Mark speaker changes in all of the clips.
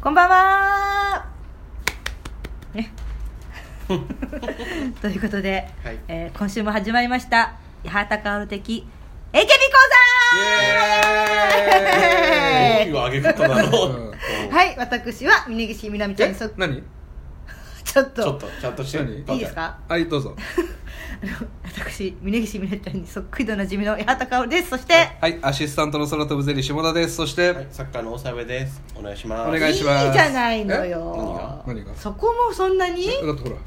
Speaker 1: こんばんはね ということで、
Speaker 2: はい
Speaker 1: えー今週も始まりました八幡薫的 AKB 講
Speaker 2: イエー
Speaker 1: イエー
Speaker 2: イ
Speaker 1: イ
Speaker 3: 何をあげ方だろう
Speaker 1: 座はい私は峯岸みなみちゃん
Speaker 2: え
Speaker 1: にそっ
Speaker 2: 何
Speaker 1: ちょっと
Speaker 3: ちょっとちゃんとして
Speaker 2: 何
Speaker 1: いいですか
Speaker 2: はいどうぞ
Speaker 1: 私峯岸みなみちゃんにそっくりとおなじみの八幡薫ですそして、
Speaker 2: はいアシスタントの空飛ぶゼリー下田ですそして、
Speaker 3: はいサッカーの大部ですお願いします
Speaker 2: お願いします
Speaker 1: いじゃないのよ
Speaker 2: え何が何が
Speaker 1: そこもそんなに
Speaker 2: だってほら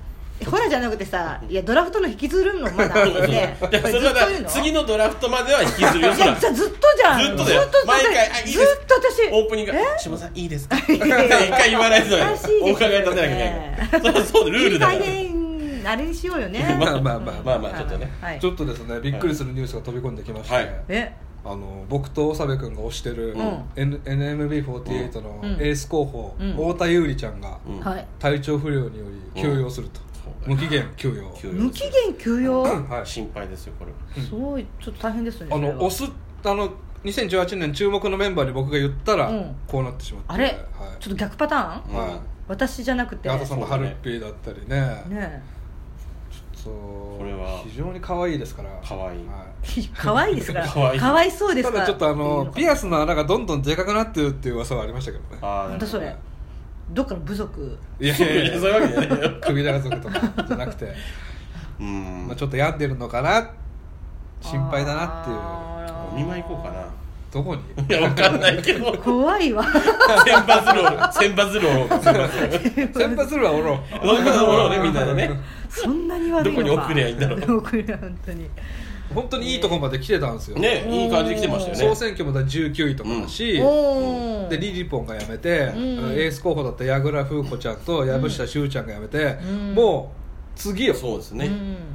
Speaker 1: ほらじゃなくてさいやドラフトの引きずるのまだあるのでこれ
Speaker 3: いやそれはだから次のドラフトまでは引きずるよ
Speaker 1: い
Speaker 3: そ
Speaker 1: や
Speaker 3: ら
Speaker 1: じゃあずっとじゃん
Speaker 3: ずっとだよ毎回あいいです
Speaker 1: ずっと私
Speaker 3: オープニング
Speaker 1: え
Speaker 3: 「島さんいいですか?」一回言わないと
Speaker 1: おかしいですよね
Speaker 3: お伺い立てなきゃいけないからそりゃそうだルールだから
Speaker 1: いい加減あれにしようよね
Speaker 2: まあまあまあ
Speaker 3: まあまあちょっとね
Speaker 1: はい
Speaker 2: ちょっとですねびっくりするニュースが飛び込んできまして、
Speaker 3: はい
Speaker 1: え
Speaker 2: あの僕と長部君が推してる、
Speaker 1: うん
Speaker 2: N- NMB48 の
Speaker 1: うん
Speaker 2: エース候補、
Speaker 1: うん
Speaker 2: 太田優里ちゃんが
Speaker 3: うん
Speaker 1: はい
Speaker 2: 体調不良により休養すると、
Speaker 3: うん
Speaker 2: 無期限休養
Speaker 3: 休養
Speaker 1: 無期限休養
Speaker 2: はい
Speaker 3: 心配ですよこれ
Speaker 1: すごいちょっと大変ですね
Speaker 2: あ
Speaker 1: それは
Speaker 2: のオスあの2018年注目のメンバーに僕が言ったら、
Speaker 1: うん
Speaker 2: こうなってしまって
Speaker 1: あれ
Speaker 2: はい
Speaker 1: ちょっと逆パターン
Speaker 3: と
Speaker 2: は
Speaker 1: 私じゃなく
Speaker 2: い
Speaker 1: て
Speaker 2: 矢田さんの
Speaker 3: そうだ
Speaker 2: ハ
Speaker 3: ね
Speaker 2: ルッピーだったりね
Speaker 1: ね
Speaker 2: そうこ
Speaker 3: れは
Speaker 2: 非常に可愛いですから
Speaker 3: 可愛い
Speaker 2: は
Speaker 1: え可愛いです から
Speaker 3: 可愛い
Speaker 1: 可愛そうです
Speaker 2: た
Speaker 1: から
Speaker 2: だちょっとあのピ
Speaker 1: ア
Speaker 2: アスの穴がどんどんでかくなってるっていう噂はありましたけどね
Speaker 3: あ
Speaker 1: なん
Speaker 3: あ
Speaker 1: だそれどっかの部族
Speaker 2: いやい
Speaker 3: そう
Speaker 2: や
Speaker 3: い
Speaker 2: いや
Speaker 3: うわけじゃないよ
Speaker 2: 首長族とかじゃなくて、
Speaker 3: うん
Speaker 2: まあ、ちょっと病んでるのかな心配だなっていう
Speaker 1: あー
Speaker 3: お見舞い行こうかな
Speaker 2: どこに
Speaker 3: いやわかんないけど
Speaker 1: 怖 いわ
Speaker 3: 千羽鶴を千羽鶴を千羽鶴を
Speaker 2: 先発するはおろう
Speaker 3: そういうことろうねみんなでね
Speaker 1: そんなに悪いのか
Speaker 3: どこに送りゃいいんだろう
Speaker 1: 送りゃ本当に
Speaker 2: 本当にいいとこまで来てたんですよ、
Speaker 3: ねいい感じで来てました
Speaker 2: 総
Speaker 3: よね
Speaker 2: 選挙もだ19位とかだし、
Speaker 1: おー
Speaker 2: でリリポンが辞めて、
Speaker 1: ん
Speaker 2: エース候補だった矢倉風子ちゃんと藪下柊ちゃんが辞めて、
Speaker 1: うん
Speaker 2: もう次よ、
Speaker 3: そうです
Speaker 1: う
Speaker 3: ね
Speaker 1: ん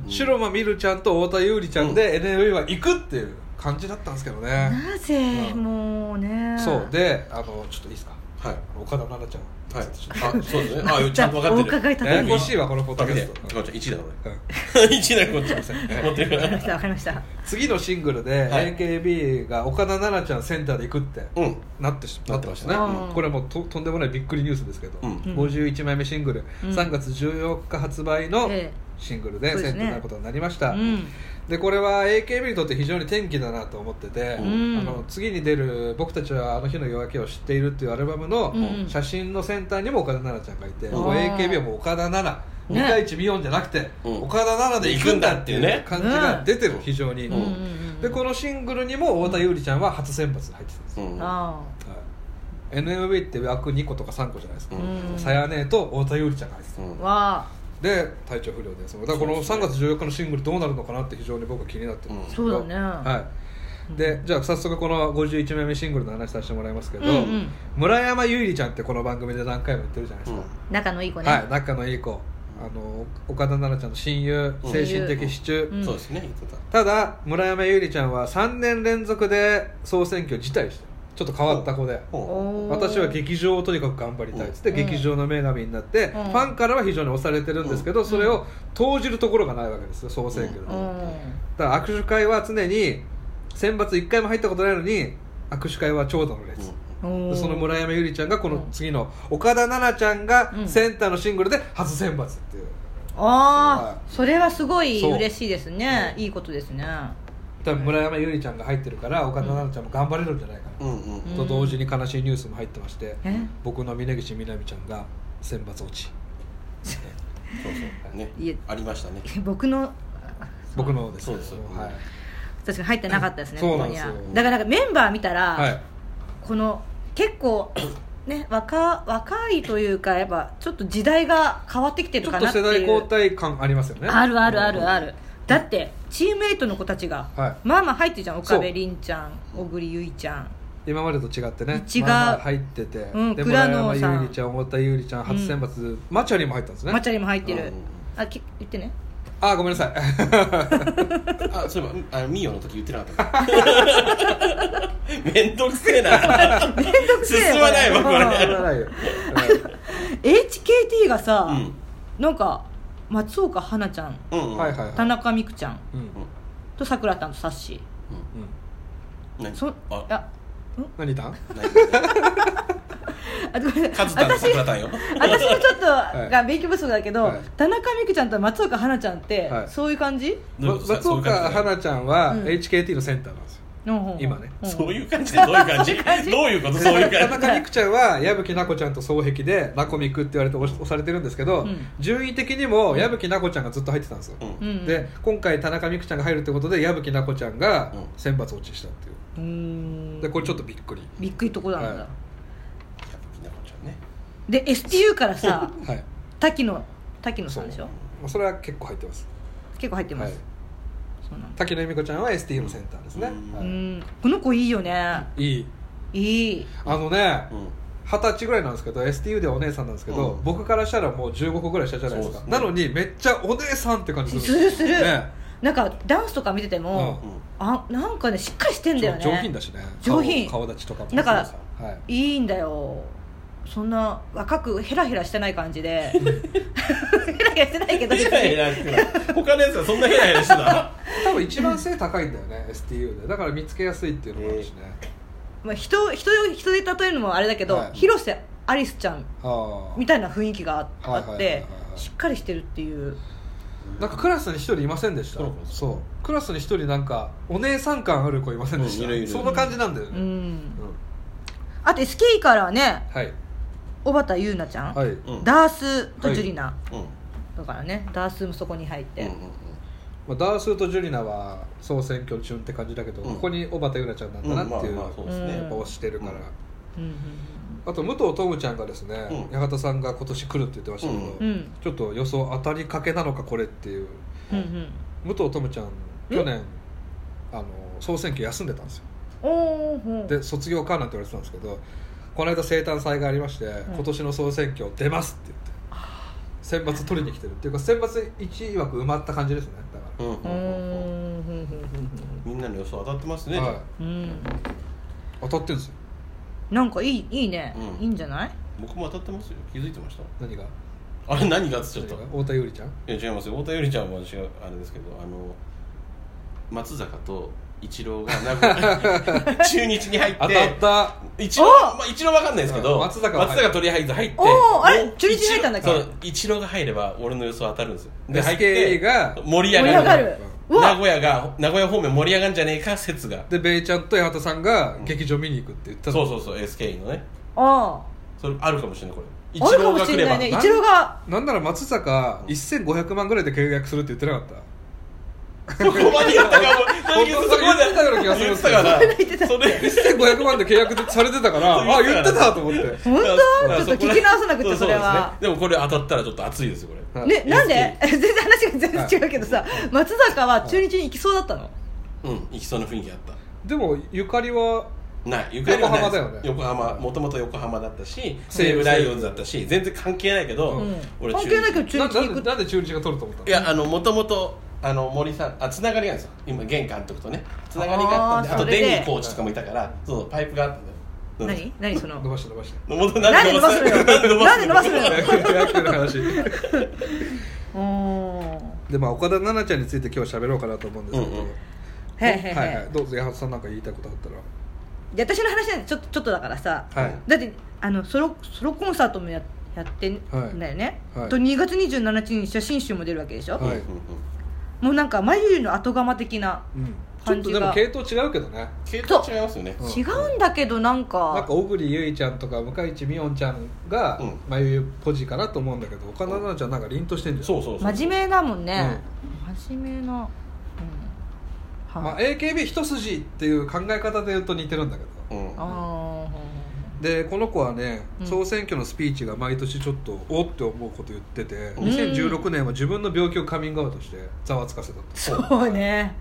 Speaker 2: 白間美瑠ちゃんと太田優里ちゃんで NMB は行くっていう感じだったんですけどね、
Speaker 1: なぜ
Speaker 2: うん
Speaker 1: もうね
Speaker 2: そうであのちょっといいですか
Speaker 3: はい
Speaker 2: 岡田奈々ちゃん
Speaker 3: はい、あそうです ねあちゃんと分かってる
Speaker 1: お 伺い立て
Speaker 2: や
Speaker 1: る
Speaker 2: や
Speaker 1: の
Speaker 2: こしいわこのポッドキャス
Speaker 3: だけ
Speaker 2: ト
Speaker 3: ど1位だこ
Speaker 2: うん
Speaker 3: れ1位だこっち持ってく
Speaker 1: わかり
Speaker 3: る
Speaker 1: ましたわかりました
Speaker 2: 次のシングルで
Speaker 3: はい
Speaker 2: AKB が岡田奈々ちゃんセンターで行くって
Speaker 3: うん
Speaker 2: なってし
Speaker 3: なってました
Speaker 1: ねうん
Speaker 2: これもうととんでもないびっくりニュースですけど、
Speaker 3: うん
Speaker 2: 51枚目シングル、
Speaker 1: うん
Speaker 2: 3月14日発売の
Speaker 1: ええ
Speaker 2: シングルで
Speaker 1: そうで
Speaker 2: セ
Speaker 1: す
Speaker 2: ン
Speaker 1: ね
Speaker 2: ターになることになりました、
Speaker 1: うん
Speaker 2: でこれは AKB にとって非常に転機だなと思ってて、
Speaker 1: うん
Speaker 2: あの次に出る「僕たちはあの日の夜明けを知っている」っていうアルバムの
Speaker 1: うん
Speaker 2: 写真のセンターにも岡田奈々ちゃんがいて、
Speaker 3: うん
Speaker 2: もう AKB はもう岡田奈々
Speaker 1: ね
Speaker 2: 2対1見ようんじゃなくて、
Speaker 3: うん
Speaker 2: 岡田奈々で行くんだっていうね
Speaker 3: 行
Speaker 2: 感じが出てる非常に、
Speaker 1: うんうんうん
Speaker 2: でこのシングルにも太田優里ちゃんは初先発入ってたんですよ、
Speaker 3: うん
Speaker 1: あ
Speaker 2: はい NMB って枠2個とか3個じゃないですか
Speaker 3: うん
Speaker 2: さやねと太田優里ちゃんが入ってた
Speaker 3: う
Speaker 1: あ
Speaker 3: ん
Speaker 1: わ
Speaker 2: で体調不良ですだからこの3月14日のシングルどうなるのかなって非常に僕は気になってるんですけど
Speaker 1: うんそうだね
Speaker 2: はいでじゃあ早速この51枚目シングルの話させてもらいますけど、
Speaker 1: うんうん
Speaker 2: 村山優里ちゃんってこの番組で何回も言ってるじゃないですか、
Speaker 1: 仲のいい子ね
Speaker 2: はい仲のいい子あの岡田奈々ちゃんの親友
Speaker 3: うん
Speaker 2: 精神的支柱、
Speaker 1: うん
Speaker 3: そうですね言ってた
Speaker 2: ただ村山優里ちゃんは3年連続で総選挙辞退してるちょっと変わった子で、
Speaker 3: ほ
Speaker 1: おー
Speaker 2: 私は劇場をとにかく頑張りたいっつって、
Speaker 1: うん
Speaker 2: 劇場の女神になって、
Speaker 1: うん
Speaker 2: ファンからは非常に押されてるんですけど、それを投じるところがないわけですよ総選挙で、
Speaker 1: う
Speaker 2: だか
Speaker 1: ん
Speaker 2: ら握手会は常に選抜1回も入ったことないのに握手会は長蛇の列、
Speaker 1: お
Speaker 2: で
Speaker 1: ー
Speaker 2: その村山優里ちゃんがこ
Speaker 1: うん
Speaker 2: の次の岡田奈々ちゃんが
Speaker 1: うん
Speaker 2: センターのシングルで初選抜っていう
Speaker 1: あ
Speaker 2: は
Speaker 1: あそれはすごい
Speaker 2: そう
Speaker 1: 嬉しいですねいいことですね
Speaker 2: 多分村山優里ちゃんが入ってるから岡田奈々ちゃんも頑張れるんじゃないかな、
Speaker 3: ううんうん
Speaker 1: うん
Speaker 2: と同時に悲しいニュースも入ってまして、
Speaker 1: え
Speaker 2: 僕の峯岸みなみちゃんが選抜落ち
Speaker 3: そうそうね
Speaker 1: いえ
Speaker 3: ありましたね
Speaker 1: 僕の
Speaker 2: 僕のです
Speaker 3: そうです
Speaker 2: はい
Speaker 1: 確かに入ってなかったですね
Speaker 2: そう
Speaker 1: こ
Speaker 2: な
Speaker 1: こ
Speaker 2: ん
Speaker 1: に
Speaker 2: です
Speaker 1: は
Speaker 2: よ
Speaker 1: だからなんかメンバー見たら、
Speaker 2: はい、
Speaker 1: この結 構ね若若いというかやっぱちょっと時代が変わってきて
Speaker 2: ち
Speaker 1: る
Speaker 2: ょ
Speaker 1: か
Speaker 2: っと
Speaker 1: なってい
Speaker 2: 世
Speaker 1: う
Speaker 2: 代交代感ありますよね
Speaker 1: あるあるあるあ
Speaker 2: る
Speaker 1: るだってチームメイトの子たちが、
Speaker 2: はい
Speaker 1: まあまあ入ってるじゃん岡
Speaker 2: そ
Speaker 1: 部
Speaker 2: う
Speaker 1: 凛ちゃん小栗結衣ちゃん
Speaker 2: 今までと違ってね
Speaker 1: 違う
Speaker 2: まあまあ入ってて、
Speaker 1: うん
Speaker 2: で
Speaker 1: 倉
Speaker 2: 村
Speaker 1: 野さん
Speaker 2: 山優里ちゃん太田優里ちゃん初選抜、マチャリも入ったんですね
Speaker 1: マチャリも入ってる、
Speaker 3: うん
Speaker 1: あき言ってね
Speaker 2: あごめんなさい
Speaker 3: あそういえばあミオの時言ってなかっためんどくせえな
Speaker 1: めんどくせえよ
Speaker 3: 進まないわこれ
Speaker 2: 言わないよ
Speaker 1: HKT がさ、
Speaker 3: うん
Speaker 1: なんか松岡花ちゃん
Speaker 3: うん
Speaker 2: はいはいはい
Speaker 1: 田中美久ちゃん
Speaker 2: うんうん
Speaker 1: とさくらたんとさっし
Speaker 3: 何
Speaker 1: ーそ
Speaker 3: あ
Speaker 1: あ
Speaker 2: 何いたん
Speaker 3: 何
Speaker 1: あごめんなさ
Speaker 3: カ
Speaker 1: い
Speaker 3: ズタンの
Speaker 1: 私
Speaker 3: 桜タンよ
Speaker 1: 私もちょっと
Speaker 2: い
Speaker 1: が勉強不足だけど、
Speaker 2: はい
Speaker 1: 田中美久ちゃんと松岡花ちゃんって、
Speaker 2: はい
Speaker 1: そういう感じ、
Speaker 3: どうい
Speaker 2: ま
Speaker 3: うこと
Speaker 2: 松
Speaker 3: そういう感
Speaker 2: 岡
Speaker 3: じだよ
Speaker 2: 花ちゃんは
Speaker 1: うん
Speaker 2: HKT のセンターなんですよ
Speaker 1: うんうん
Speaker 2: 今ね
Speaker 1: ん
Speaker 3: そういう感じでどういう感じどういうことそういう
Speaker 2: 田
Speaker 3: 感じ
Speaker 2: 中美久ちゃんは矢吹奈子ちゃんと双璧でナコミクって言われて押し押されてるんですけど、
Speaker 1: うん
Speaker 2: 順位的にも矢吹奈子ちゃんがずっと入ってたんですよ、
Speaker 3: うん
Speaker 1: うん
Speaker 2: で今回田中美久ちゃんが入るってことで矢吹奈子ちゃんが
Speaker 3: うん
Speaker 2: 選抜落ちしたっていう
Speaker 1: ー
Speaker 2: うんでこれちょっとびっくり
Speaker 1: びっくりとこなんだ、
Speaker 2: は
Speaker 3: やっぱきなこちゃんね
Speaker 1: で STU から さ
Speaker 2: はい、ま
Speaker 1: 滝野滝野さんでしょ
Speaker 2: あ、それは結構入ってます
Speaker 1: 結構入ってます、
Speaker 2: はい
Speaker 1: そうなんだ
Speaker 2: 滝野由美子ちゃんは STU のセンターですね、
Speaker 3: うん
Speaker 1: う
Speaker 2: は
Speaker 1: ー
Speaker 2: い
Speaker 1: んこの子いいよね
Speaker 2: いい
Speaker 1: いい
Speaker 2: あのね
Speaker 3: うん
Speaker 2: 二十歳ぐらいなんですけど STU ではお姉さんなんですけど、
Speaker 3: うん
Speaker 2: 僕からしたらもう15個ぐらい下じゃないですか
Speaker 3: そうですね
Speaker 2: なのにめっちゃお姉さんって感じ
Speaker 1: するする
Speaker 2: ね
Speaker 1: なんかダンスとか見てても、
Speaker 3: うん
Speaker 1: あなんかねしっかりしてんだよね
Speaker 2: 上品だしね
Speaker 1: 上品
Speaker 2: 顔顔立ちとかも
Speaker 1: だから
Speaker 2: そうはい
Speaker 1: いいんだよそんな若くヘラヘラしてない感じ でヘラヘラしてないけど別
Speaker 3: ヘラヘ
Speaker 1: に
Speaker 3: ラしてた他のやつはそんなヘラヘラしてた
Speaker 2: 多分一番背高いんだよね STU でだから見つけやすいっていうのもあるしね、
Speaker 1: まあ人人人で例えるのもあれだけど、
Speaker 2: はい
Speaker 1: 広瀬アリスちゃん
Speaker 2: あ
Speaker 1: みたいな雰囲気があ
Speaker 2: はいはい
Speaker 1: あっ
Speaker 2: はいはい
Speaker 1: て
Speaker 2: はい
Speaker 1: しっかりしてるっていう
Speaker 2: あなんかクラスに一人いませんでした
Speaker 3: そうそう
Speaker 2: そうクラスに一人なんかお姉さん感ある子いませんでした、
Speaker 3: うんいるいる
Speaker 2: その感じなんだよ
Speaker 1: うん、
Speaker 2: ね、うん
Speaker 1: あと SKE からはね
Speaker 2: はい
Speaker 1: 小畑優奈ちゃん、
Speaker 2: はい、
Speaker 3: うん
Speaker 1: ダースとジュリナ、
Speaker 3: うん
Speaker 1: だからねダースもそこに入って、
Speaker 3: うんうんうん
Speaker 2: まあ、ダースーとジュリナは総選挙中って感じだけど、
Speaker 3: うん
Speaker 2: ここに小畑優奈ちゃんなんだなっていう,、
Speaker 3: うんまあまあそうです
Speaker 1: ね
Speaker 2: やっぱ推してるから、
Speaker 3: うん
Speaker 1: うんうん
Speaker 2: あと武藤トムちゃんがですね、
Speaker 3: うん
Speaker 2: 八幡さんが今年来るって言ってましたけど、
Speaker 1: うんうん
Speaker 2: ちょっと予想当たりかけなのかこれっていう
Speaker 1: うんうん
Speaker 2: 武藤トムちゃん
Speaker 1: え
Speaker 2: 去年あの総選挙休んでたんですよ
Speaker 1: おーほう
Speaker 2: で卒業かなんて言われてたんですけどこの間生誕祭がありまして、
Speaker 1: ん
Speaker 2: 今年の総選挙出ますって言って選抜取りに来てるっていうか選抜1枠埋まった感じですねだか
Speaker 3: うんうん
Speaker 1: う
Speaker 3: うんうん
Speaker 1: ーんふんふんふん
Speaker 3: みんなの予想当たってます
Speaker 2: ら、
Speaker 3: ね
Speaker 2: はい、
Speaker 1: ふんうん
Speaker 2: 当たってるんですよ
Speaker 1: なんかいいいいね、
Speaker 3: うん
Speaker 1: いいんじゃない
Speaker 3: 僕も当たってますよ気づいてました
Speaker 2: 何が
Speaker 3: あれ何がっつっちゃっ
Speaker 2: 何
Speaker 3: た
Speaker 2: が太田優里ちゃん
Speaker 3: いや違いますよ太田ゆりちゃんは私はあれですけどあの松坂と一郎が名古屋中日に入って
Speaker 2: 当たった
Speaker 3: 一郎
Speaker 1: お
Speaker 3: まあ一郎わかんないですけ
Speaker 2: う
Speaker 3: ど
Speaker 2: ん松坂は入る
Speaker 3: とりあえず入って
Speaker 1: おーあれ
Speaker 3: もう
Speaker 1: 中日に入ったんだっけ
Speaker 3: 一郎そう一郎が入れば俺の予想当たるんですよ
Speaker 2: で
Speaker 3: 入って
Speaker 2: スケが
Speaker 3: 盛り
Speaker 1: 盛
Speaker 3: 上
Speaker 1: り上
Speaker 3: がる
Speaker 1: がるう
Speaker 3: 名
Speaker 1: わ
Speaker 3: 古屋が名古屋方面盛り上がるんじゃねえか説が
Speaker 2: でベイちゃんと八幡さんが劇場見に行くって言った
Speaker 3: そう
Speaker 2: う
Speaker 3: そうそう SKE のね
Speaker 1: あ
Speaker 3: それあるかもしれないこれ一
Speaker 1: ああるか
Speaker 3: 郎
Speaker 1: も
Speaker 3: が
Speaker 1: し
Speaker 3: 来
Speaker 1: れ
Speaker 3: れ
Speaker 1: な
Speaker 3: ば
Speaker 1: いね
Speaker 2: な
Speaker 1: 一郎が
Speaker 2: なんなら松坂1500万ぐらいで契約するって言ってなかった
Speaker 3: そこまで言ったかも
Speaker 2: 本当だ言って たような気がするんですけど
Speaker 3: 言ってたからそれ
Speaker 2: 1500万で契約されてたからあ言ってたと思って、
Speaker 1: 本当ちょっと聞き直さなく
Speaker 3: う
Speaker 1: て
Speaker 3: ん
Speaker 1: それは
Speaker 3: うですねでもこれ当たったらちょっと熱いですよこれ
Speaker 2: はい
Speaker 1: ね、なんで
Speaker 3: SK
Speaker 1: 全然話が全然違うけどさ、松坂は中日に行きそうだったの、
Speaker 3: うん行きそうな雰囲気あった
Speaker 2: でもゆかりは
Speaker 3: ないゆかりはない
Speaker 2: 横浜だよね
Speaker 3: 横浜もともと横浜だったし
Speaker 2: 西
Speaker 3: 西
Speaker 2: 武
Speaker 3: 武ライオンズだったし全然関係ないけど、
Speaker 2: うん
Speaker 1: うん、
Speaker 3: 俺
Speaker 1: 関係ないけど
Speaker 3: ど
Speaker 1: 中
Speaker 2: な
Speaker 1: 日に
Speaker 2: な
Speaker 1: 行
Speaker 2: ん
Speaker 1: く
Speaker 2: でなんで中日が取ると思ったの
Speaker 3: いやあのもともとあの森さんあつながりがあるんですよ今現監督とねつながりがあったんで
Speaker 1: あ
Speaker 3: あ
Speaker 1: ー
Speaker 3: と
Speaker 1: それで
Speaker 3: デニーコーチとかもいたからそうパイプがあったんだよ
Speaker 1: 何何その
Speaker 2: 伸ばして伸ばして
Speaker 3: のもと
Speaker 1: なんで伸ばすのよなんで伸ばす
Speaker 3: の
Speaker 1: の よ
Speaker 2: 野球の話
Speaker 1: うーん
Speaker 2: でまあ岡田奈々ちゃんについて今日喋ろうかなと思うんですけど、
Speaker 3: うんうん
Speaker 1: へいへいへい
Speaker 2: はいはいどうぞ八幡さんなんか言いたいことあったら
Speaker 1: で私の話なんてちょっとちょっとだからさ、
Speaker 2: はい
Speaker 1: だってあのソロソロコンサートもややってん
Speaker 2: はい
Speaker 1: だよね、
Speaker 2: はい
Speaker 1: と2月27日に写真集も出るわけでしょ、
Speaker 2: は
Speaker 3: はいい、うんうんうん
Speaker 1: もうなんか眉毛の後釜的な、
Speaker 2: うん、ちょっ
Speaker 1: 感
Speaker 2: と
Speaker 1: じ
Speaker 2: でも
Speaker 1: が
Speaker 2: 系統違うけどね
Speaker 3: 系統違いますよね
Speaker 2: うん
Speaker 1: 違うんだけどなんか
Speaker 2: なんか小栗ゆいちゃんとか向井地美音ちゃんが
Speaker 3: うん
Speaker 2: 眉毛ポジかなと思うんだけど岡田奈々ちゃんなんか凛としてんじゃん
Speaker 3: そうそうそう
Speaker 1: 真面目だもんね、真面目な、うん
Speaker 2: まあ、
Speaker 1: はい、
Speaker 2: AKB 一筋っていう考え方で言うと似てるんだけど
Speaker 3: うん
Speaker 1: あ
Speaker 2: でこの子はね
Speaker 1: うん
Speaker 2: 総選挙のスピーチが毎年ちょっとおって思うこと言ってて、
Speaker 3: うん
Speaker 2: 2016年は自分の病気をカミングアウトしてざわつかせたと
Speaker 1: ーそうね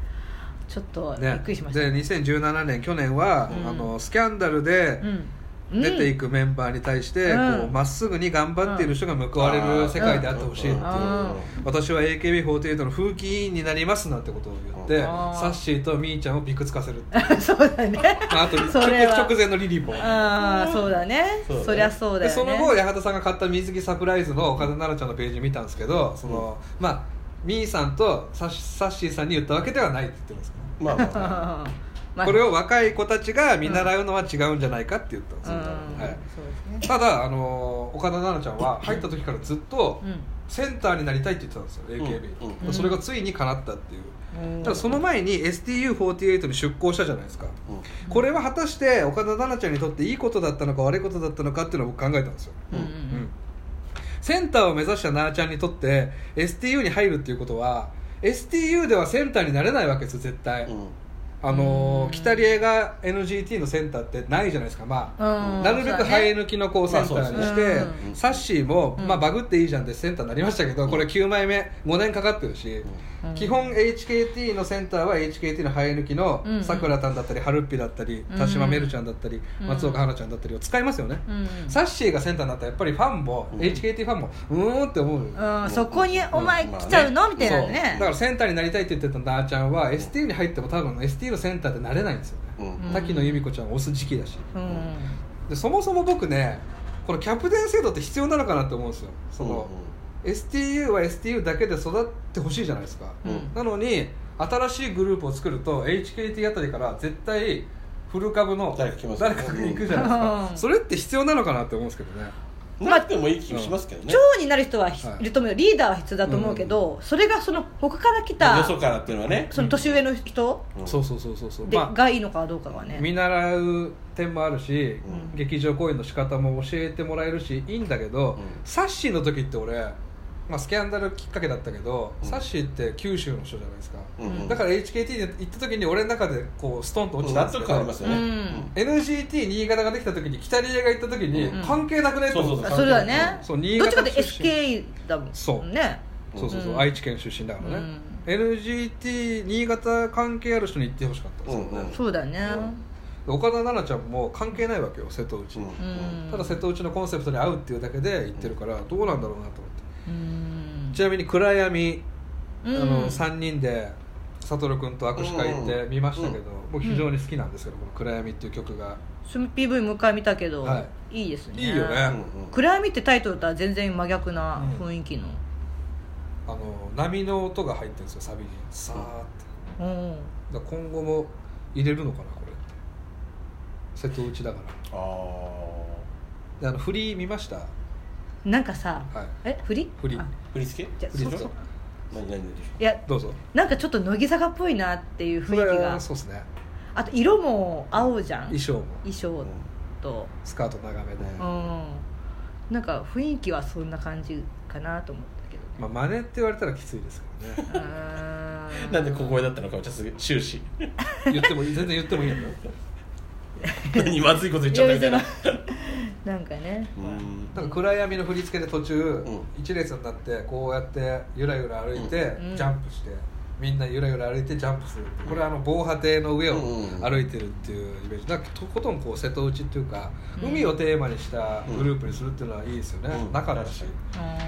Speaker 1: ちょっとびっくりしました、
Speaker 2: で2017年去年は、
Speaker 1: うん
Speaker 2: あのスキャンダルで
Speaker 1: うん、
Speaker 2: 出てい
Speaker 1: く、
Speaker 2: くメンバーに対して
Speaker 1: うん
Speaker 2: こうまっすぐに頑張っている人が報われ
Speaker 3: あ
Speaker 2: る
Speaker 3: ー
Speaker 2: 世界であってほしいっていううん
Speaker 1: あ
Speaker 2: 私は AKB48 の風紀委員になりますなんてことを言って
Speaker 3: うん
Speaker 1: あー
Speaker 2: サッシーとみーちゃんをびくつかせるって いう
Speaker 1: そうだね
Speaker 2: あと
Speaker 1: それは
Speaker 2: 直前のリリーも
Speaker 1: あ あそうだね
Speaker 3: そうだね
Speaker 1: そりゃそうだ
Speaker 2: で
Speaker 1: よね
Speaker 2: その後八幡さんが買った水着サプライズの岡田奈々ちゃんのページ見たんですけどその、まあみーさんとサッサッシーさんに言ったわけではないって言って
Speaker 3: まあ
Speaker 2: ますけど
Speaker 3: まあまあ
Speaker 1: ままあ
Speaker 2: これを若い子たちが見習うのは違うんじゃないかって言ったんです
Speaker 1: うん
Speaker 2: よ、はい
Speaker 1: そうですね
Speaker 2: ただ、あのー岡田奈々ちゃんは入った時からずっと
Speaker 1: うん
Speaker 2: センターになりたいって言ってたんですよ AKB の、
Speaker 3: うん
Speaker 1: うん
Speaker 2: それがついに叶ったっていう、
Speaker 1: うん
Speaker 2: ただその前に STU48 に出向したじゃないですかこれは果たして岡田奈々ちゃんにとっていいことだったのか悪いことだったのかっていうのを僕考えたんですよ、
Speaker 1: うんうん
Speaker 2: うんセンターを目指した奈々ちゃんにとって STU に入るっていうことは STU ではセンターになれないわけですよ絶対、あ
Speaker 1: う
Speaker 2: の
Speaker 1: ん
Speaker 2: ー、北里江が NGT のセンターってないじゃないですかまあ、
Speaker 1: うん
Speaker 2: なるべく生え抜きの子をセンターに
Speaker 1: まあ
Speaker 2: し
Speaker 1: そうで
Speaker 2: て
Speaker 1: すね
Speaker 3: うん
Speaker 2: サッシーも、
Speaker 1: うん
Speaker 2: まあ、バグっていいじゃんってセンターになりましたけどこれ9枚目5年かかってるし、
Speaker 1: うん
Speaker 2: 基本 HKT のセンターは HKT の生え抜きの
Speaker 1: うん
Speaker 2: さくらたんだったりはるっぴだったり
Speaker 1: うん
Speaker 2: 田島めるちゃんだったり
Speaker 1: うん
Speaker 2: 松岡花ちゃんだったりを使いますよね、
Speaker 1: うん
Speaker 2: サッシーがセンターになったらやっぱりファンも、
Speaker 3: うん
Speaker 2: HKT ファンもうーんって思う、
Speaker 1: うんそこにお前来ちゃうのみたいな
Speaker 2: そうだ
Speaker 1: ね
Speaker 2: からセンターになりたいって言ってたなーちゃんは、ST に入っても多分 ST のセンターでなれないんですよね、
Speaker 1: うん
Speaker 2: 滝野由美子ちゃんを推す時期だし
Speaker 1: うん
Speaker 2: でそもそも僕ねこのキャプテン制度って必要なのかなって思うんですよその、STU は STU だけで育ってほしいじゃないですか、
Speaker 1: うん
Speaker 2: なのに新しいグループを作ると HKT あたりから絶対フル株の
Speaker 3: 誰か来ます
Speaker 2: 誰かに行くじゃないですか、
Speaker 1: うん
Speaker 2: それって必要なのかなって思うんですけどね
Speaker 3: なくてもいい気もしますけどね
Speaker 1: 長になる人はひ
Speaker 2: はい
Speaker 1: いると思うよリーダーは必要だと思うけど、それがその他から来た
Speaker 3: よそからっていうのはね
Speaker 1: その年上の人
Speaker 2: そうそうそうそうそう
Speaker 1: で、
Speaker 2: まあ
Speaker 1: がいいのかどうかはね
Speaker 2: 見習う点もあるし、
Speaker 3: うん
Speaker 2: 劇場公演の仕方も教えてもらえるしいいんだけ
Speaker 3: う
Speaker 2: ど、
Speaker 3: ん
Speaker 2: サッシーの時って俺、まあ、スキャンダルきっかけだったけど、
Speaker 3: うん
Speaker 2: サッシーって九州の人じゃないですか、
Speaker 3: うん
Speaker 2: だから HKT に行った時に俺の中でこうストンと落ちたん
Speaker 3: 納
Speaker 2: ですけ
Speaker 3: 得
Speaker 2: ど、
Speaker 3: 感ありますよね
Speaker 2: NGT 新潟ができた時に北里江が行った時に、
Speaker 3: うん
Speaker 2: 関係なくねって思っ
Speaker 3: そう
Speaker 1: あ
Speaker 2: た
Speaker 1: それだね
Speaker 2: そう新
Speaker 1: どっ
Speaker 2: 潟
Speaker 1: ちかって
Speaker 2: 出身
Speaker 1: SKE だもん
Speaker 2: そう
Speaker 1: ね
Speaker 2: そうそうそう、
Speaker 1: うん
Speaker 2: 愛知県出身だからね、
Speaker 1: うん
Speaker 2: NGT 新潟関係ある人に行ってほしかったんですよね、
Speaker 3: うんうん
Speaker 1: そうだね
Speaker 2: 岡田奈々ちゃんも関係ないわけよ瀬戸内
Speaker 1: う
Speaker 2: に、
Speaker 1: ん
Speaker 2: ただ瀬戸内のコンセプトに合うっていうだけで言ってるからどうなんだろうなと思って、
Speaker 1: うん
Speaker 2: ちなみに暗闇、
Speaker 1: うん
Speaker 2: あの3人で悟君と握手会行って
Speaker 3: うん
Speaker 2: 見ましたけど、僕非常に好きなんですけど、この「暗闇」っていう曲が、
Speaker 1: その PV もう一回見たけど、、
Speaker 2: はい
Speaker 1: いですね
Speaker 2: いいよね
Speaker 1: 「暗闇」ってタイトルとは全然真逆な
Speaker 2: うん
Speaker 1: 雰囲気の、
Speaker 2: あの波の音が入ってるんですよサビにさーって
Speaker 1: うん
Speaker 2: だから今後も入れるのかなこれって瀬戸内だから
Speaker 3: ああ
Speaker 2: であの振り見ましたは
Speaker 1: なんかさ
Speaker 2: い
Speaker 1: え振り
Speaker 2: 振り
Speaker 1: あ
Speaker 3: 振り付け
Speaker 1: じゃあ
Speaker 2: 振り
Speaker 1: そう
Speaker 2: でしょ
Speaker 1: そう
Speaker 3: 何何でし
Speaker 1: いや
Speaker 2: どうぞ
Speaker 1: なんかちょっと乃木坂っぽいなっていう雰
Speaker 2: それ
Speaker 1: 囲気
Speaker 2: は
Speaker 1: が
Speaker 2: そうですね
Speaker 1: あと色も青じゃん
Speaker 2: 衣装も
Speaker 1: 衣
Speaker 3: ょ
Speaker 1: 装と
Speaker 2: スカート長めで、
Speaker 3: うん
Speaker 1: うんなんか雰囲気はそんな感じかなと思ったけど
Speaker 2: まあ真似って言われたらきついですけどね
Speaker 1: あー
Speaker 3: なんで小声だったのかもちょっと 終始
Speaker 2: 言ってもいい全然言ってもいいんだよ
Speaker 3: 何まずいこと言っちゃったみたいな
Speaker 1: やなんかね
Speaker 3: うん
Speaker 2: なんか暗闇の振り付けで途中
Speaker 3: うん
Speaker 2: 一列になってこうやってゆらゆら歩いて
Speaker 1: うん
Speaker 2: ジャンプしてみんなゆらゆら歩いてジャンプするこれはあの防波堤の上を
Speaker 3: うん
Speaker 2: 歩いてるっていうイメージなんかとことんこう瀬戸内っていうか
Speaker 1: うん
Speaker 2: 海をテーマにしたグループにするっていうのはいいですよね
Speaker 3: うん
Speaker 2: 中だし、
Speaker 1: あーう
Speaker 2: う
Speaker 1: んうんう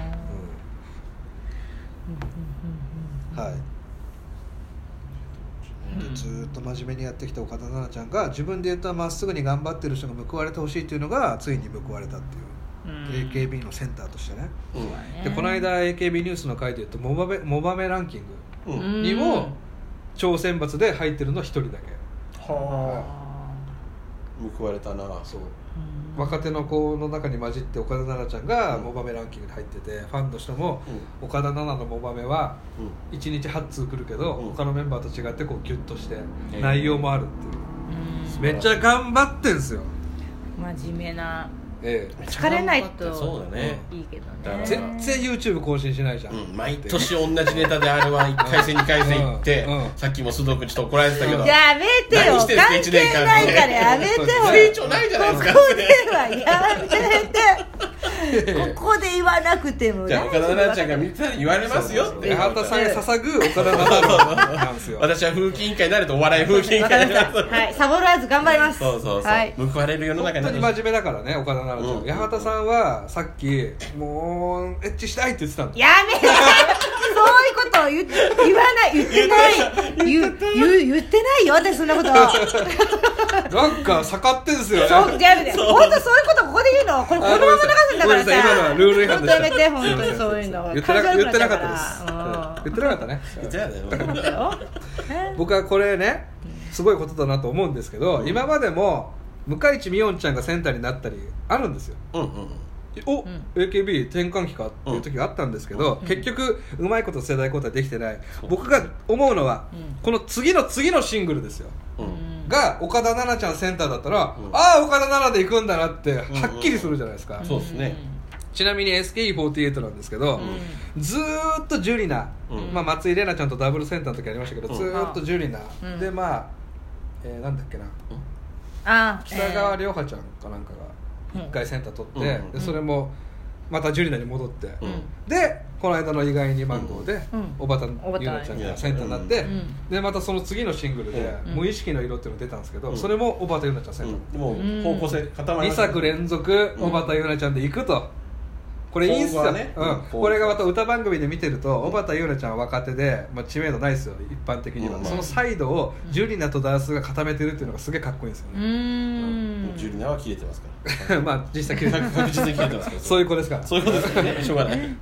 Speaker 1: んうん
Speaker 2: ん、はい
Speaker 1: うん
Speaker 2: でずーっと真面目にやってきた岡田奈々ちゃんが自分で言ったまっすぐに頑張ってる人が報われてほしいっていうのがついに報われたっていう
Speaker 1: うん、
Speaker 2: AKB のセンターとしてね
Speaker 3: うん
Speaker 2: でこの間 AKB ニュースの回で言うとモバメモバメランキング
Speaker 3: うん
Speaker 1: うん
Speaker 2: にも超選抜で入ってるの一人だけ
Speaker 3: は
Speaker 1: あ
Speaker 3: あ報われたな
Speaker 2: そう
Speaker 1: ーうん
Speaker 2: 若手の子の中に混じって岡田奈々ちゃんが
Speaker 3: うん
Speaker 2: モバメランキングに入っててファンの人も
Speaker 3: う
Speaker 2: 岡田奈々のモバメは
Speaker 3: んうん
Speaker 2: 1日8通来るけど
Speaker 3: うん
Speaker 2: 他のメンバーと違ってこうギュッとして
Speaker 3: え
Speaker 2: 内容もあるっていう
Speaker 1: うん
Speaker 2: めっちゃ頑張ってんすよ
Speaker 1: 真面目な
Speaker 2: ええ
Speaker 1: 疲れないと
Speaker 3: そうだね
Speaker 1: いいけどね
Speaker 3: だから
Speaker 2: 全然 YouTube 更新しないじゃん、
Speaker 3: うん毎年同じネタで r は1回戦2回戦行って
Speaker 2: うんうん
Speaker 3: さっきも須藤君ちょっと怒られてたけど
Speaker 1: やめてよ
Speaker 3: 何してんすか
Speaker 1: 関
Speaker 3: 一年
Speaker 1: 係
Speaker 3: 間
Speaker 1: ないからやめてよ
Speaker 3: 成長ないじゃないですか
Speaker 1: ここではやめてここで言わなくても
Speaker 3: じゃあ岡田奈々ちゃんが見てたら言われますよって
Speaker 2: 八幡さんへ捧ぐ岡田奈々なんですよ
Speaker 3: 私は風紀委員会になるとお笑い風紀委員
Speaker 1: わか
Speaker 3: 会
Speaker 1: り
Speaker 3: に
Speaker 1: ま
Speaker 3: な
Speaker 1: し
Speaker 3: ると
Speaker 1: たはいサボらず頑張ります
Speaker 3: そうそうそう、
Speaker 1: はい
Speaker 3: 報われる世の
Speaker 2: 本
Speaker 3: 中に
Speaker 2: 当
Speaker 3: なる
Speaker 2: に真面目だからね岡田奈々
Speaker 3: うん
Speaker 2: ちゃん、八幡さんはさっきもうエッチしたいって言ってたんだ
Speaker 1: やめてそういうこと言って言わない言ってない言う言う言ってないよ私そんなこと
Speaker 2: なんか盛ってんすよ
Speaker 1: そう
Speaker 2: ね
Speaker 1: じゃあやめて本当そういうことここで言うのこれこのまま流すんだから
Speaker 2: ごめんなさい今の
Speaker 1: さ
Speaker 2: はルール違反
Speaker 1: 本当
Speaker 2: でし
Speaker 1: やめ
Speaker 2: た
Speaker 1: て本当にそういうの
Speaker 2: 言って
Speaker 1: 感情
Speaker 2: な言っ
Speaker 1: 悪
Speaker 2: て
Speaker 1: く
Speaker 2: な
Speaker 1: な
Speaker 2: か
Speaker 1: ちゃうらう
Speaker 2: ったです
Speaker 1: ん
Speaker 2: 言ってなかったね
Speaker 3: じゃあね
Speaker 1: そうだよえ
Speaker 2: 僕
Speaker 1: え
Speaker 2: はこれね僕はこれねすごいことだなと思うんですけど、
Speaker 3: うん
Speaker 2: 今までも向井地美音ちゃんがセンターになったりあるんですよ
Speaker 3: うんうん
Speaker 2: お、
Speaker 1: うん
Speaker 2: AKB 転換期かっていう時があったんですけど、
Speaker 1: うん
Speaker 2: 結局うまいこと世代交代できてない、
Speaker 3: そう
Speaker 2: 僕が思うのは、
Speaker 1: うん
Speaker 2: この次の次のシングルですよ
Speaker 3: うんうん
Speaker 2: が岡田奈々ちゃんセンターだったら、
Speaker 3: うん
Speaker 2: ああ岡田奈々で行くんだなって
Speaker 3: ん
Speaker 2: はっきりするじゃないですか、
Speaker 3: そうですね
Speaker 2: ちなみに SKE48 なんですけど、ずーっとジュリナ、
Speaker 3: うん
Speaker 2: まあ、松井玲奈ちゃんとダブルセンターの時ありましたけど、
Speaker 3: うん
Speaker 2: ずーっとジュリナ、
Speaker 1: うん
Speaker 2: でまあ、えーなんだっけな
Speaker 1: ああ
Speaker 2: 北川涼波ちゃんかなんか
Speaker 1: うん
Speaker 2: が1回センター取って、
Speaker 3: うん
Speaker 2: でそれもまたジュリナに戻って、
Speaker 3: うん
Speaker 2: でこの間の意外にマンゴーで
Speaker 1: うん
Speaker 2: 小畑優奈ちゃんがセンターになって、
Speaker 1: う
Speaker 3: う
Speaker 1: ん
Speaker 2: でまたその次のシングルで「
Speaker 1: うん
Speaker 2: 無意識の色」っていうのが出たんですけど、
Speaker 3: うん
Speaker 2: それも小畑優奈ちゃんセンターになって
Speaker 3: うん
Speaker 1: う
Speaker 3: も
Speaker 1: ん
Speaker 3: う方向性固まり
Speaker 2: 2
Speaker 3: ました
Speaker 2: 作連続
Speaker 3: うん
Speaker 2: 小畑優奈ちゃんで行くとこれいいんす
Speaker 3: 今後
Speaker 2: よ、
Speaker 3: はね
Speaker 2: う
Speaker 3: うん
Speaker 2: ん、これがまた歌番組で見てると小畑優奈ちゃんは若手で、まあ、知名度ないですよ一般的には、
Speaker 3: うん
Speaker 2: そのサイドをジュリナとダースが固めてるっていうのがすげえかっこいいんですよ
Speaker 1: う
Speaker 2: ね、
Speaker 1: ん
Speaker 3: ジュリナは切れてますから
Speaker 2: まあ実際切れた
Speaker 3: 確実に切れてますから
Speaker 2: そういう子ですから
Speaker 3: そういうことですよねしょうがない
Speaker 2: うん
Speaker 1: うん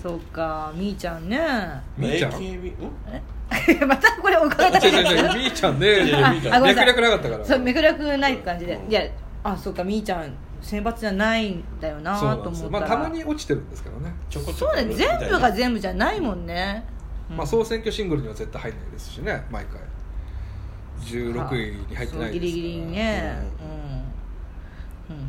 Speaker 1: そうかみーちゃんね
Speaker 2: みーちゃん
Speaker 3: AKB ん
Speaker 1: またこれお伺い
Speaker 2: 違う違う違うみーちゃんね
Speaker 3: いやいやみーちゃん
Speaker 1: あごめんなさ
Speaker 2: 脈
Speaker 1: い
Speaker 2: 略なかったから
Speaker 1: そうめくらくない感じで、
Speaker 3: うん
Speaker 1: いやあそうかみーちゃん選抜じゃないんだよな
Speaker 2: そうな
Speaker 1: と
Speaker 2: んです
Speaker 1: 思
Speaker 2: よ
Speaker 1: った
Speaker 2: まあ
Speaker 1: ら
Speaker 2: たまに落ちてるんですけどね、
Speaker 3: ちょこちょ
Speaker 1: そ
Speaker 3: こ
Speaker 1: うね全部が全部じゃないもんね、
Speaker 2: まあ
Speaker 1: う
Speaker 2: 総選挙シングルには絶対入んないですしね毎回16位に入ってないですから
Speaker 1: そうギリギリにねうんうんうん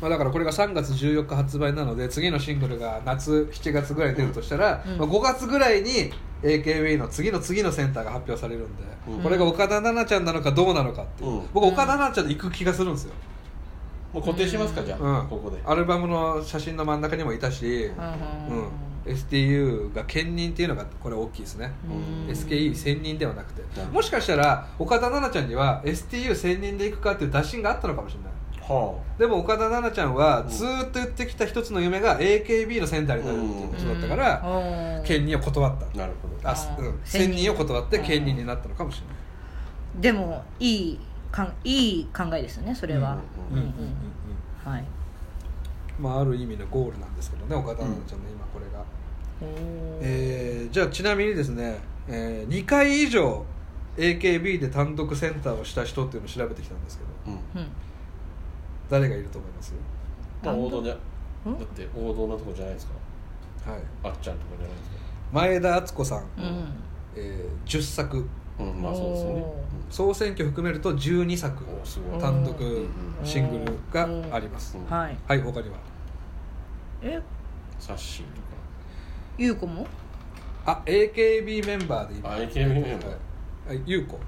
Speaker 2: まあ、だからこれが3月14日発売なので次のシングルが夏7月ぐらいに出るとしたら、
Speaker 1: うん
Speaker 2: まあ、5月ぐらいに AKB の次の次のセンターが発表されるんで、
Speaker 3: うん
Speaker 2: これが岡田奈々ちゃんなのかどうなのかっていう、
Speaker 3: うん
Speaker 2: 僕岡田奈々ちゃんで行く気がするんですよ、
Speaker 3: もう固定しますかじゃ
Speaker 2: う
Speaker 3: あ
Speaker 2: ん
Speaker 3: ここで
Speaker 2: アルバムの写真の真ん中にもいたし、
Speaker 1: うんうんうん
Speaker 2: うん STU が兼任っていうのがこれ大きいですね、
Speaker 1: うん
Speaker 2: SKE 専任ではなくて
Speaker 3: うん
Speaker 2: もしかしたら岡田奈々ちゃんには STU 専任で行くかっていう打診があったのかもしれない
Speaker 3: は
Speaker 2: でも岡田奈々ちゃんは
Speaker 3: うん
Speaker 2: ずーっと言ってきた一つの夢が AKB のセンターになるっていうことだったから、
Speaker 1: うん
Speaker 2: 兼任を断った
Speaker 3: あなるほど
Speaker 2: あすう
Speaker 1: うんん
Speaker 2: 専任を断って
Speaker 1: うん
Speaker 2: 兼任になったのかもしれない
Speaker 1: でもいいかんいい考えですねそれは、
Speaker 3: うん
Speaker 1: うんうんはい
Speaker 2: まあある意味のゴールなんですけどね岡田奈々ちゃんの今これが、
Speaker 1: おー
Speaker 2: えーじゃあちなみにですね、え2回以上 AKB で単独センターをした人っていうのを調べてきたんですけど
Speaker 3: うん
Speaker 1: うん
Speaker 2: 誰がいると思います
Speaker 3: まあ王道じゃ
Speaker 1: うん
Speaker 3: だって王道なとこじゃないですか
Speaker 2: はい
Speaker 3: あっちゃんとかじゃないですか
Speaker 2: 前田敦子さん、
Speaker 1: うん
Speaker 2: えー10作
Speaker 3: うんまあそうですよね
Speaker 2: 総選挙含めると12作
Speaker 3: うんおすごい
Speaker 2: 単独
Speaker 1: うん
Speaker 3: うん
Speaker 2: シングルがあります、
Speaker 3: うん
Speaker 1: はい
Speaker 2: はい他には
Speaker 1: え
Speaker 3: サッシーとか
Speaker 1: ゆうこも
Speaker 2: あ AKB メンバーで今
Speaker 3: あ AKB メンバー
Speaker 2: ーはい優子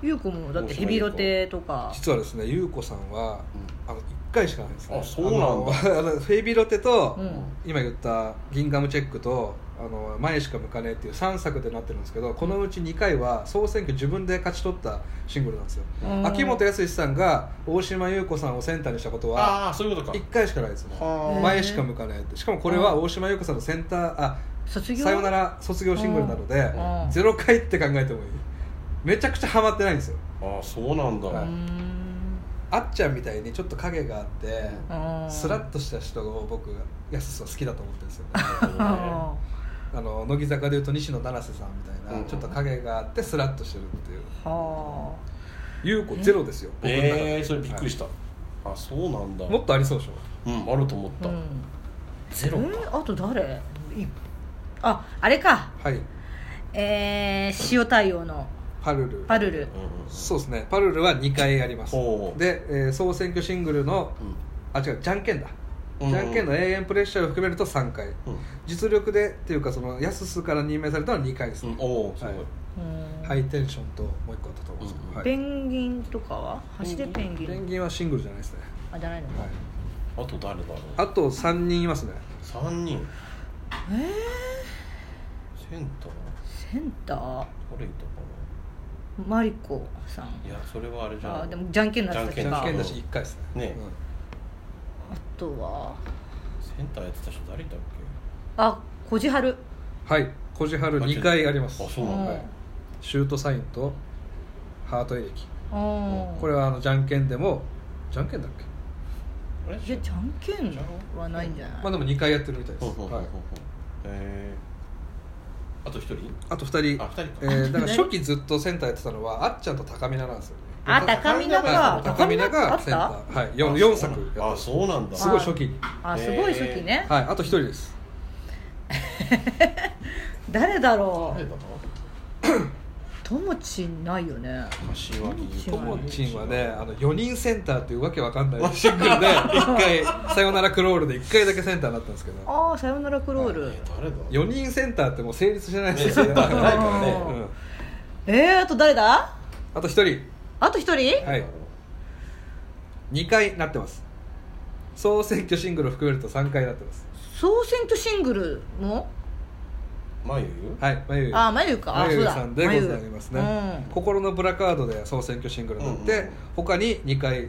Speaker 1: ゆうこもだってヘビロテとか
Speaker 2: 実はですね優子さんは、あの1回しかないですね
Speaker 3: あそう
Speaker 2: なんだあの フェイビロテと、
Speaker 1: うん
Speaker 2: 今言った「ギンガムチェック」と「あの前しか向かねえ」っていう3作でなってるんですけどこのうち2回は総選挙自分で勝ち取ったシングルなんですよ、
Speaker 1: うん
Speaker 2: 秋元康さんが大島優子さんをセンターにしたことは
Speaker 3: ああそういうことか
Speaker 2: 1回しかないですね
Speaker 3: は
Speaker 1: ー
Speaker 2: 前しか向かねえってしかもこれは大島優子さんのセンターあ
Speaker 1: 卒業
Speaker 2: さよなら卒業シングルなので
Speaker 1: うん
Speaker 2: ゼロ回って考えてもいいめちゃくちゃハマってないんですよ
Speaker 3: ああそうなんだ、
Speaker 1: う
Speaker 2: は
Speaker 1: ーん
Speaker 2: あっちゃんみたいにちょっと影があって
Speaker 1: あー
Speaker 2: スラッとした人を僕やすさん好きだと思ってるんですよ
Speaker 1: あ
Speaker 2: あの乃木坂でいうと西野七瀬さんみたいな
Speaker 3: うん
Speaker 2: ちょっと影があってスラッとしてるっていう
Speaker 1: ーは
Speaker 2: 優子ゼロですよ僕の中で
Speaker 3: ええー、それびっくりした、あそうなんだ
Speaker 2: はいもっとありそうでしょ
Speaker 3: うんあると思っ
Speaker 1: あ
Speaker 3: た、
Speaker 1: うん
Speaker 3: ゼロ
Speaker 1: えーあと誰いああれか
Speaker 2: はい
Speaker 1: えー、塩対応の
Speaker 2: パルル
Speaker 1: パルル
Speaker 3: うん
Speaker 2: そうですねパルルは2回あります
Speaker 3: ほう
Speaker 2: で、えー総選挙シングルのあ違うじゃんけんだ
Speaker 3: うん
Speaker 2: じゃんけんの永遠プレッシャーを含めると3回、
Speaker 3: うん
Speaker 2: 実力でっていうかそのやすすから任命されたのは2回です
Speaker 3: う
Speaker 2: ね、
Speaker 3: んおおすごい、
Speaker 2: はいう
Speaker 1: ーん
Speaker 2: ハイテンションともう一個あったと思うんですけど、
Speaker 3: うん
Speaker 2: はい
Speaker 1: ペンギンとかは走れペンギン
Speaker 2: ペンギンはシングルじゃないですね、
Speaker 1: あじゃないの、
Speaker 2: はい、
Speaker 3: あと誰だろう
Speaker 2: あと3人いますね
Speaker 3: 三人
Speaker 1: え
Speaker 3: センタ
Speaker 1: ー、
Speaker 3: ー
Speaker 1: センター
Speaker 3: 誰いたか
Speaker 1: マリコさん
Speaker 3: ないやそれはあれじゃん
Speaker 1: あでもじゃんけんのやつだ
Speaker 2: じ
Speaker 1: け
Speaker 3: センタ
Speaker 2: ゃ
Speaker 3: ー
Speaker 2: ん
Speaker 1: か
Speaker 2: け
Speaker 1: あ
Speaker 2: んだし1回ですね
Speaker 3: ね
Speaker 1: とは
Speaker 3: センターやってた人誰いたっ
Speaker 1: あこじはる
Speaker 2: うんはいこじはる
Speaker 3: け
Speaker 2: 2回あります
Speaker 3: あそうなんだ、
Speaker 2: はいシュートサインとハートエレキ
Speaker 1: あ
Speaker 2: これはあのじゃんけんでもじゃんけんだっけ
Speaker 3: あれ
Speaker 1: いやじゃんけんはないんじゃない、
Speaker 2: まあでも2回やってるみたいで
Speaker 3: ほう
Speaker 2: す、
Speaker 3: ほうほうほう
Speaker 2: はい
Speaker 3: へえあと一人
Speaker 2: あと2人
Speaker 3: あ二人か
Speaker 2: えーだから初期ずっとセンターやってたのはあっちゃんと高見菜なんですよね
Speaker 1: あ高見菜
Speaker 2: は
Speaker 1: か
Speaker 2: い高見菜
Speaker 1: あ
Speaker 2: が
Speaker 1: っ
Speaker 2: センタ
Speaker 1: た
Speaker 2: ーはい
Speaker 3: あ
Speaker 2: 4, 四作やっ
Speaker 3: あそうなん
Speaker 2: た
Speaker 3: だ
Speaker 2: すごい初期に
Speaker 1: あすごい初期ね、
Speaker 2: はいあと1人です
Speaker 1: 誰だろ
Speaker 3: 誰
Speaker 1: う
Speaker 3: だろ
Speaker 1: ともちんないよね
Speaker 3: う柏木
Speaker 2: と
Speaker 1: と
Speaker 2: も
Speaker 1: も
Speaker 2: ちんはねあの4人センターっていうわけわかんないシングル で1回「さよならクロール」で1回だけセンターになったんですけど
Speaker 1: ああさよならクロール、
Speaker 3: え誰だ
Speaker 2: 4人センターってもう成立してないん
Speaker 3: ね
Speaker 2: です
Speaker 3: セ
Speaker 2: よ
Speaker 3: ンターがないか
Speaker 2: ね
Speaker 3: ら
Speaker 1: う
Speaker 3: ね
Speaker 1: ん
Speaker 2: うん
Speaker 1: えー、あと誰だ
Speaker 2: あと1人
Speaker 1: あと一人
Speaker 2: はい2回なってます総選挙シングルを含めると3回なってます
Speaker 1: 総選挙シングルも
Speaker 3: まゆ
Speaker 2: はいまゆゆ
Speaker 1: ああ眉かあ
Speaker 2: ま
Speaker 1: そ
Speaker 2: ゆ
Speaker 1: う
Speaker 2: ゆ
Speaker 1: だ
Speaker 2: さんでございますね、
Speaker 1: うん
Speaker 2: 心のブラカードで総選挙シングルになって、
Speaker 3: うんうんうん
Speaker 2: 他に2回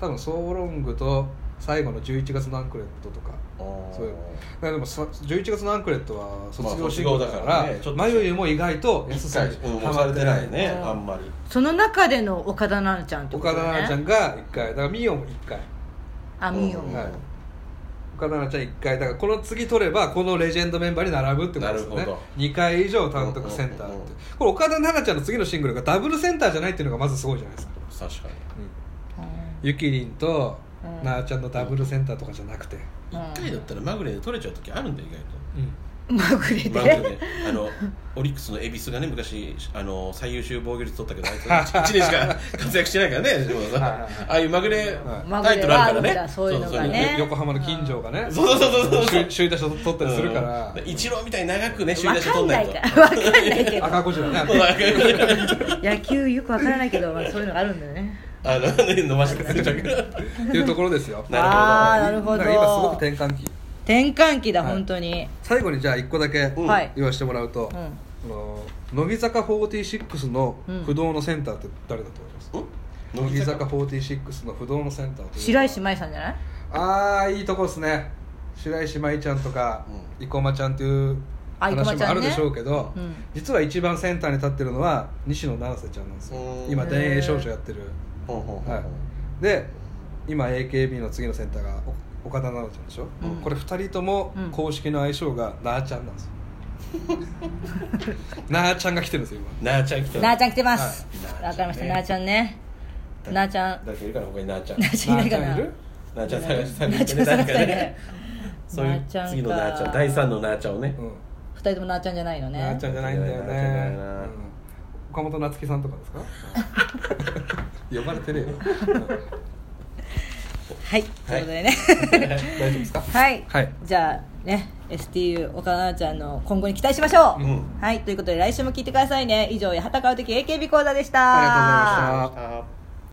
Speaker 2: 多分ソーロングと最後の11月のアンクレットとか
Speaker 3: あー
Speaker 2: そういうだからでもさ11月のアンクレットは卒
Speaker 3: ま
Speaker 2: 業
Speaker 3: あ
Speaker 2: シングルだか
Speaker 3: 卒業だから
Speaker 2: ら
Speaker 3: ねちょっと
Speaker 2: まゆゆも意外と安
Speaker 3: 一
Speaker 2: さ
Speaker 3: 回
Speaker 2: に
Speaker 3: うん
Speaker 2: ハ
Speaker 3: 押
Speaker 2: マ
Speaker 3: さ
Speaker 2: っ
Speaker 3: れ
Speaker 2: て
Speaker 3: て
Speaker 2: な
Speaker 3: ないいね
Speaker 1: うん
Speaker 3: あんまり
Speaker 1: その中での岡田奈々ちゃんってこと
Speaker 2: 岡
Speaker 1: だ
Speaker 2: 田
Speaker 1: よね
Speaker 2: 奈々ちゃんが1回だからみよも1回
Speaker 1: あみよ
Speaker 3: うん
Speaker 1: も、
Speaker 2: はい岡田奈々ちゃん1回だからこの次取ればこのレジェンドメンバーに並ぶってことですよ
Speaker 3: なる
Speaker 2: ね
Speaker 3: ほど
Speaker 2: 2回以上単独センター
Speaker 3: うんうん
Speaker 2: って、
Speaker 3: うんうん
Speaker 2: これ岡田奈々ちゃんの次のシングルがダブルセンターじゃないっていうのがまずすごいじゃないですか、
Speaker 3: 確かに
Speaker 2: ゆきりんと
Speaker 1: うん
Speaker 2: 奈々ちゃんのダブルセンターとかじゃなくて、
Speaker 1: うん
Speaker 3: 一回だったらまぐれで取れちゃう時あるんだよ意外と
Speaker 1: まぐれで、
Speaker 3: まあね、あのオリックスの恵比寿がね昔あの最優秀防御率取ったけどあいつ1年しか 活躍してないからねでもさ
Speaker 2: はいはい
Speaker 3: ああいうまぐれ
Speaker 2: はい
Speaker 3: タイトルあるか
Speaker 1: まぐ
Speaker 3: ら
Speaker 1: れはあるんだ
Speaker 3: ね
Speaker 1: そういうのがね
Speaker 2: よ横浜の近所がね
Speaker 3: そうそうそうそうそう
Speaker 2: 首位打者取ったりするから
Speaker 3: イチローみたいに長くね首 位
Speaker 1: わ
Speaker 3: 打者
Speaker 1: か
Speaker 3: 取
Speaker 1: ん
Speaker 3: んな
Speaker 1: ないいか
Speaker 3: と
Speaker 1: らわかんないけど
Speaker 2: 赤子じゃね
Speaker 3: そうなん か
Speaker 1: 野球よくわからないけど、まあ、そういうのがあるんだよね
Speaker 3: あのね伸ばしてくれちゃうから
Speaker 2: っていうところですよ
Speaker 3: なるほど
Speaker 1: ああなるほ
Speaker 2: だ
Speaker 1: ど
Speaker 2: から今すごく転換期
Speaker 1: 転換期だ、
Speaker 2: はい
Speaker 1: 本当に
Speaker 2: 最後にじゃあ1個だけ
Speaker 3: うん
Speaker 1: はい
Speaker 2: 言わせてもらうと、
Speaker 1: うん
Speaker 2: あの乃木坂46の不動のセンターって誰だと思います、
Speaker 3: 乃
Speaker 2: 乃
Speaker 3: 木
Speaker 2: 木
Speaker 3: 坂
Speaker 2: 坂46の不動のセンターという
Speaker 1: 白石麻衣さんじゃない
Speaker 2: ああいいとこですね白石麻衣ちゃんとか生駒ちゃんという
Speaker 1: あ生駒ちゃ
Speaker 2: 話
Speaker 1: んね
Speaker 2: もあるでしょうけど、
Speaker 1: うん
Speaker 2: 実は一番センターに立ってるのは西野七瀬ちゃんなんですよ
Speaker 3: うん
Speaker 2: 今田園少女やってる、
Speaker 3: ほんほんほんほん
Speaker 2: はい、で今 AKB の次のセンターがお岡田奈々ちゃんでしょ、
Speaker 1: うん
Speaker 2: これ2人とも
Speaker 1: うん
Speaker 2: 公式の相性がなあちゃんなんですよ なあちゃんが来てるんですよ
Speaker 3: なあちゃん来た
Speaker 1: なあちゃん来てます
Speaker 3: はい
Speaker 1: わ、かりましたな
Speaker 3: な
Speaker 1: あ
Speaker 3: あ
Speaker 1: ち
Speaker 3: ち
Speaker 1: ゃんねなあちゃん
Speaker 3: 誰かいるかな他になあちゃん
Speaker 1: なあち ゃんいないかな
Speaker 2: なあち
Speaker 3: な
Speaker 2: ゃんいる
Speaker 3: あちゃん探して
Speaker 1: なあちゃん探して ね
Speaker 3: そういう次の
Speaker 1: な
Speaker 3: な
Speaker 1: あ
Speaker 3: あ
Speaker 1: ちゃん
Speaker 3: ちゃ
Speaker 1: か
Speaker 3: ん第3のなあちゃんをね
Speaker 2: 今、うん
Speaker 1: 二人ともなあちゃんじゃないのね
Speaker 2: なあちゃんじゃないんだよ
Speaker 3: なあちゃんじゃない
Speaker 2: ね
Speaker 3: な、
Speaker 2: うん、岡本夏樹さんとかですか 呼ばれてねえよ
Speaker 1: はい、ということ でね
Speaker 2: 大丈夫ですか
Speaker 1: はい、
Speaker 2: はい
Speaker 1: じゃあね STU 岡田奈々ちゃんの今後に期待しましょう、
Speaker 3: うん
Speaker 1: はいということで来週も聞いてくださいね以上「八幡川的 AKB 講座」でした
Speaker 2: ありがとうございました
Speaker 3: あ